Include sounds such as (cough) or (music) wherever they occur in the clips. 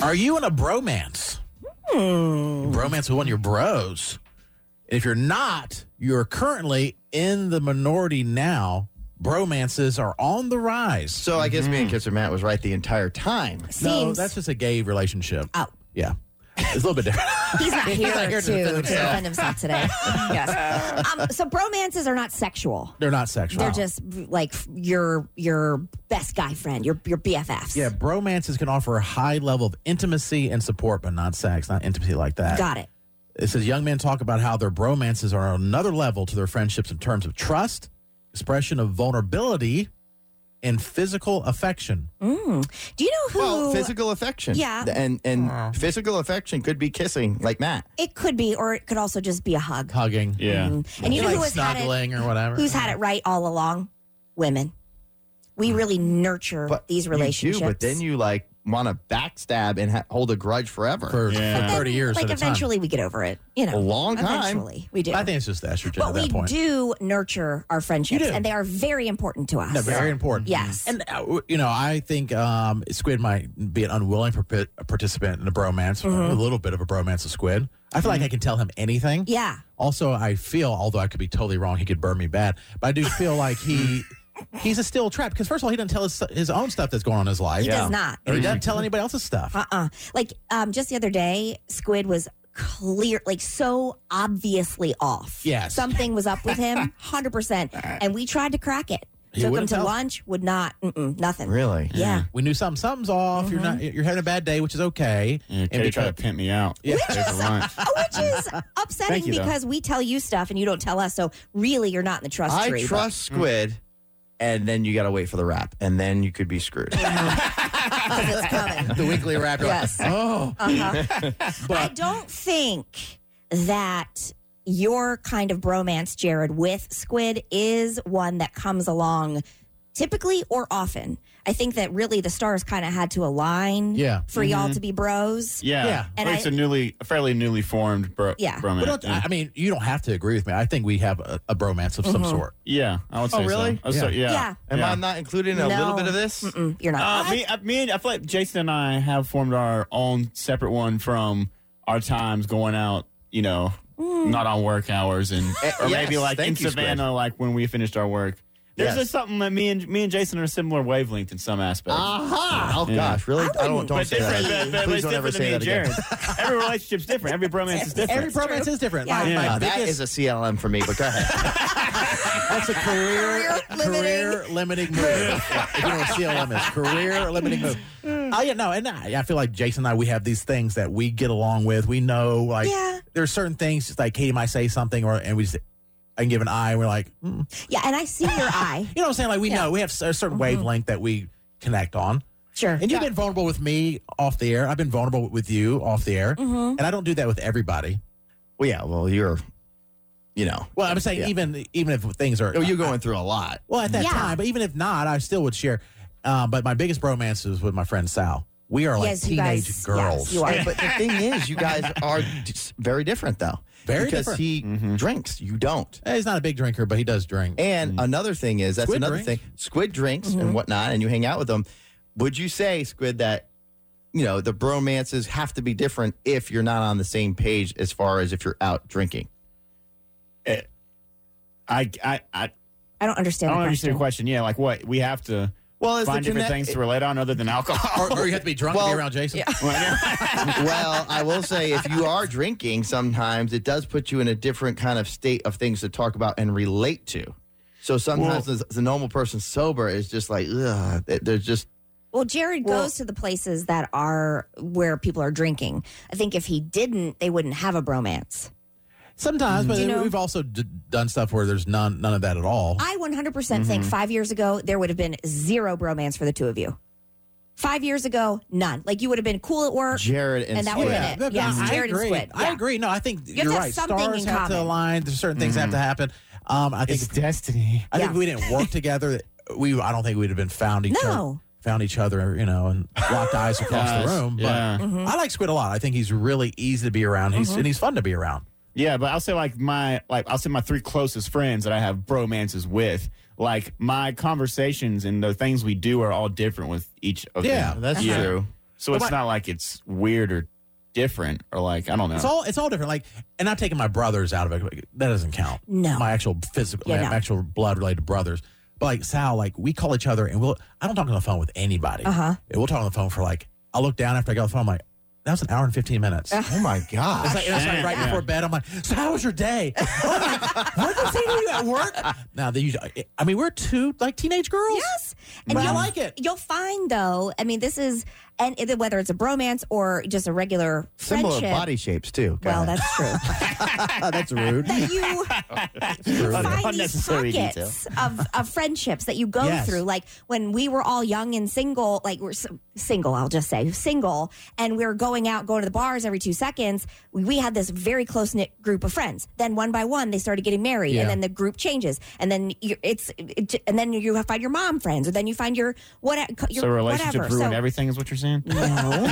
Are you in a bromance? Bromance with one of your bros. If you're not, you're currently in the minority now. Bromances are on the rise. So I guess me and Kisser Matt was right the entire time. No, Seems. that's just a gay relationship. Oh. Yeah. It's a little bit different. (laughs) He's not here, here to, to defend to defend himself today. yes. Um, so bromances are not sexual. They're not sexual. They're just like your your best guy friend, your your BFFs. Yeah, bromances can offer a high level of intimacy and support, but not sex, not intimacy like that. Got it. It says young men talk about how their bromances are another level to their friendships in terms of trust, expression of vulnerability, and physical affection. Do you know who? Well, physical affection. Yeah. And and physical affection could be kissing like Matt. it could be, or it could also just be a hug. Hugging. Mm-hmm. Yeah. Mm-hmm. And you know like who has had it? snuggling or whatever. Who's had it right all along? Women. We really nurture these you do, relationships. but then you like want to backstab and ha- hold a grudge forever. for, Yeah. for 30 years like at a time. eventually we get over it. You know, A long time. Eventually we do. I think it's just the estrogen but at that we point. do nurture our friendships, You do. and they are very important to us. No, very important. Yes. And, uh, w- you know, I think um, Squid might be an unwilling parpi- participant in a bromance, Mm-hmm. a little bit of a bromance with Squid. I feel like I can tell him anything. Yeah. Also, I feel, although I could be totally wrong, he could burn me bad, but I do feel like (laughs) he he's a still trap because first of all, he doesn't tell his, his own stuff that's going on in his life. He does not. Mm-hmm. Or he doesn't tell anybody else's stuff. uh-uh like um just the other day squid was clear like so obviously off Yes. something was up (laughs) with him 100% and we tried to crack it He took him wouldn't to tell. lunch would not mm-mm, nothing Really? yeah We knew something. Something's off. You're mm-hmm. not. You're having a bad day, which is okay. And Katie tried to pimp me out. Yeah. (laughs) lunch. Oh, (laughs) which is upsetting Thank you, though. because we tell you stuff and you don't tell us so really you're not in the trust I tree but- trust Squid, and then you got to wait for the wrap, and then you could be screwed. 'cause it's coming (laughs) the weekly wrap. you're like, Yes. Uh, oh, Uh-huh. (laughs) I don't think that your kind of bromance, Jared, with Squid is one that comes along typically or often. I think that really the stars kind of had to align Yeah. for y'all to be bros. Yeah. Yeah. And Or it's I- a newly, a fairly newly formed bro. Yeah. bromance. But don't, yeah. I I mean, you don't have to agree with me. I think we have a, a bromance of some Mm-hmm. sort. Yeah, I would say Oh, really? so. I would say- yeah. Yeah. Am Yeah. I not included in a No. little bit of this? Mm-mm, you're Uh, not. me, I, me and I feel like Jason and I have formed our own separate one from our times going out. You know, Mm. not on work hours, (laughs) and Eh, or maybe yes, like in thank you, Squid. Savannah, like when we finished our work. There's Yes. just something that me and me and Jason are similar wavelength in some aspects. Aha! Oh gosh, really? I, don't. Don't but say different, that. but- but Please it's don't ever different say that than me again. and Jared. Every relationship's different. Every (laughs) bromance is different. Every bromance is different. Yeah. My, my Now, Uh, that biggest- is a CLM for me. But go ahead. That's a career Career-limiting. career limiting move. Yeah, if you know what CLM is, career limiting move. Oh yeah, no, and I, I feel like Jason and I we have these things that we get along with. We know like Yeah. there's certain things just like Katie might say something or and we just I can give an eye and we're like mm. yeah, and I see your eye. you know what I'm saying like we know we have s- a certain wavelength that we connect on. Sure. And you've been vulnerable with me off the air. I've been vulnerable with you off the air, Mm-hmm. and I don't do that with everybody. well, yeah. Well, you're. You know. Well, I'm saying Yeah. even even if things are Oh, you're going through a lot. Well, at that Yeah. time, but even if not, I still would share. Um, but my biggest bromance is with my friend Sal. We are like Yes, you guys- teenage yes, girls. you are. (laughs) Hey, but the thing is, you guys are d- very different, though. Very because different. Mm-hmm. he drinks, you don't. Eh, He's not a big drinker, but he does drink. And another thing is that's Mm-hmm. Squid another drinks. Mm-hmm. thing. Squid drinks and whatnot, and you hang out with them. Would you say, Squid, that you know the bromances have to be different if you're not on the same page as far as if you're out drinking? I, I, I, I don't I understand don't the understand question. your question. Yeah, like what we have to Well, it's the find different connect- things to relate on other (laughs) than alcohol. (laughs) or, or you have to be drunk to Well, be around Jason. well, I will say if you (laughs) are drinking, sometimes it does put you in a different kind of state of things to talk about and relate to. So sometimes the, the normal person sober is just like, ugh, they- they're just Well, Jared goes to the places that are where people are drinking. I think if he didn't, they wouldn't have a bromance. Sometimes, but you know- we've also d- done stuff where there's none none of that at all. I 100% percent think five years ago, there would have been zero bromance for the two of you. Five years ago, none. Like you would have been cool at work. Jared and, Er, And that would Squid. have been it. but- but Yes, I Jared and agree. Squid. I Yeah. agree. No, I think have you're to have right. something Stars in have common. to align. There's certain things Mm-hmm. have to happen. Um, I think destiny. I think Yeah. if we didn't work together, we I don't think we'd have been found each No. other, found each other, you know, and locked (laughs) eyes across the Yes, room. But yeah. Mm-hmm. I like Squid a lot. I think he's really easy to be around. He's and he's fun to be around. Yeah, but I'll say like my like I'll say my three closest friends that I have bromances with. Like my conversations and the things we do are all different with each of Yeah, them. That's Yeah. true. So But it's my- not like it's weird or different or like I don't know. It's all it's all different. Like, and I'm taking my brothers out of it. like, That doesn't count. No. my actual physical, Yeah, my no. actual blood related brothers. But like Sal, like we call each other, and we'll. I don't talk on the phone with anybody. Uh huh. And we'll talk on the phone for like. I look down after I get off the phone. I'm like, that was an hour and fifteen minutes. It's Oh my gosh. like, it's like right Yeah. before bed. I'm like, so how was your day? Oh my, what did you say to you at work? Now they usually. I mean, we're two like teenage girls. Yes. but I you'll- like it. You'll find though. I mean, this is and it- whether it's a bromance or just a regular Similar friendship. body shapes too. Oh, Go well, ahead. that's true. that's (laughs) rude. that you, you find these Unnecessary pockets of, of friendships that you go Yes. through. Like when we were all young and single, like we're s- single, I'll just say single, and we were going out, going to the bars every two seconds. We, we had this very close knit group of friends. Then one by one, they started getting married, Yeah. and then the group changes, and then you it's it, and then you find your mom friends, or then you find your what your so relationship whatever. ruin So- everything is what you're saying. no.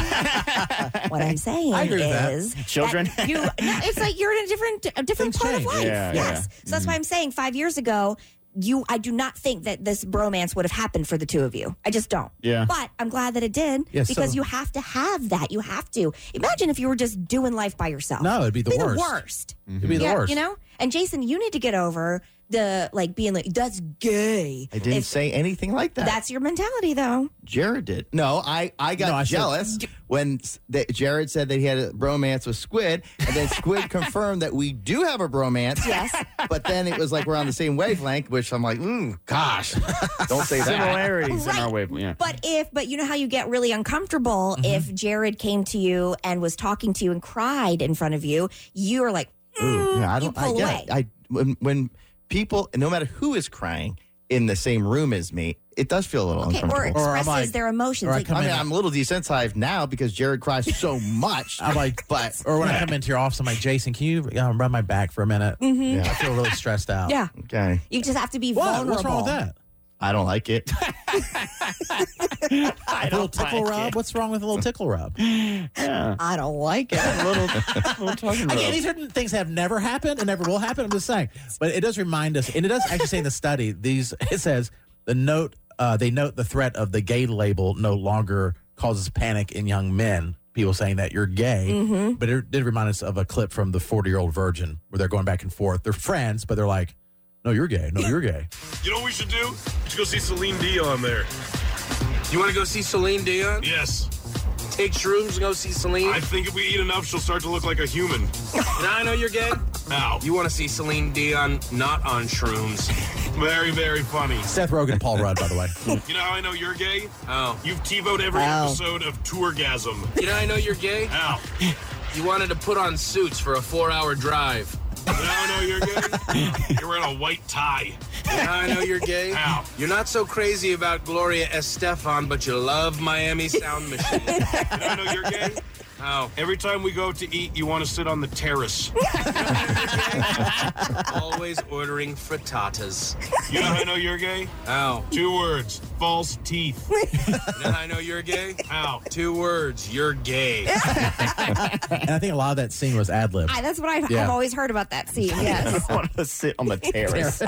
what I'm saying I agree with that. is that Children? (laughs) you, no, it's like you're in a different a different Things part change. of life. Yeah, Mm-hmm. yes. So that's why I'm saying five years ago, you I do not think that this bromance would have happened for the two of you. I just don't. Yeah. But I'm glad that it did Yeah, so- because you have to have that. You have to. Imagine if you were just doing life by yourself. No, it'd be the It'd worst. Mm. It'd be the yeah, worst. You know? And Jason, you need to get over the like being like, that's gay. I didn't If- say anything like that. that's your mentality though. Jared did. No, I, I got No, I should've- jealous when s- that Jared said that he had a bromance with Squid, and then (laughs) Squid confirmed that we do have a bromance. Yes. But then it was like we're on the same wavelength, which I'm like, ooh, gosh, don't say that. Similarities in our Right. way. Yeah. But if, but you know how you get really uncomfortable Mm-hmm. if Jared came to you and was talking to you and cried in front of you, you're like, Ooh, yeah, I Mm, You don't. I pull get away. it. I when, when people, no matter who is crying in the same room as me, it does feel a little okay, or uncomfortable. Or I'm expresses like- their emotions. or I Like, come I mean, in- I'm a little desensitized now because Jared cries (laughs) so much. I'm like, but or when I come into your office, I'm like, Jason, can you uh, rub my back for a minute? mhm. I yeah, feel really stressed out. yeah, okay, you just have to be What? vulnerable. What's wrong with that? I don't like (laughs) it. I A little don't tickle like rub? it. What's wrong with a little tickle rub? (laughs) Yeah. I don't (laughs) like it. (laughs) A little, little talking Again, rub. these are things that have never happened and never will happen. I'm just saying. But it does remind us, and it does actually say in the study, these (laughs) it says the note uh, they note the threat of the gay label no longer causes panic in young men. People saying that you're gay, Mm-hmm. but it did remind us of a clip from the 40 year old virgin where they're going back and forth. They're friends, but they're like, "No, you're gay. No, you're (laughs) gay." You know what we should do? We should go see Celine Dion there. You want to go see Celine Dion? Yes. Take shrooms and go see Celine? I think if we eat enough, she'll start to look like a human. now I know you're gay. Now, You want to see Celine Dion not on shrooms? very, very funny. Seth Rogen, Paul Rudd, by the (laughs) way. You know how I know you're gay? Oh. You've TiVoed every Wow. episode of Tourgasm. You know I know you're gay? Now, You wanted to put on suits for a four-hour drive. you know how I know you're (laughs) gay? You're wearing a white tie. You know I know you're gay? Ow. You're not so crazy about Gloria Estefan, but you love Miami Sound Machine. You know how I know you're gay? Oh, Every time we go to eat, you want to sit on the terrace. always ordering frittatas. You know how I know you're gay? Oh, Two words false teeth. you know I know you're gay? Ow. Two words, you're gay. And I think a lot of that scene was ad lib. I, that's what I've, I've Yeah. always heard about (laughs) that scene. Yes. I want to sit on the terrace.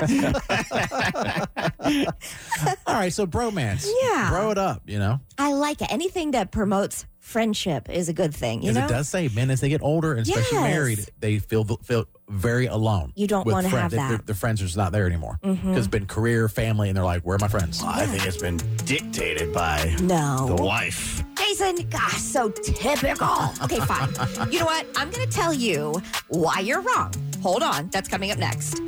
All right, so bromance. Yeah. Bro it up, you know? I like it. Anything that promotes friendship is a good thing. You Because know, it does say men, as they get older and especially Yes. married, they feel feel very alone. You don't with wanna friends. have They- Their, that. Mm-hmm. their friends are just not there anymore. It's been career, family, and they're like, where are my friends? I think it's been dictated by no. wife. Jason, gosh, so typical. (laughs) Okay, fine. you know what? I'm going to tell you why you're wrong. Hold on. That's coming up next.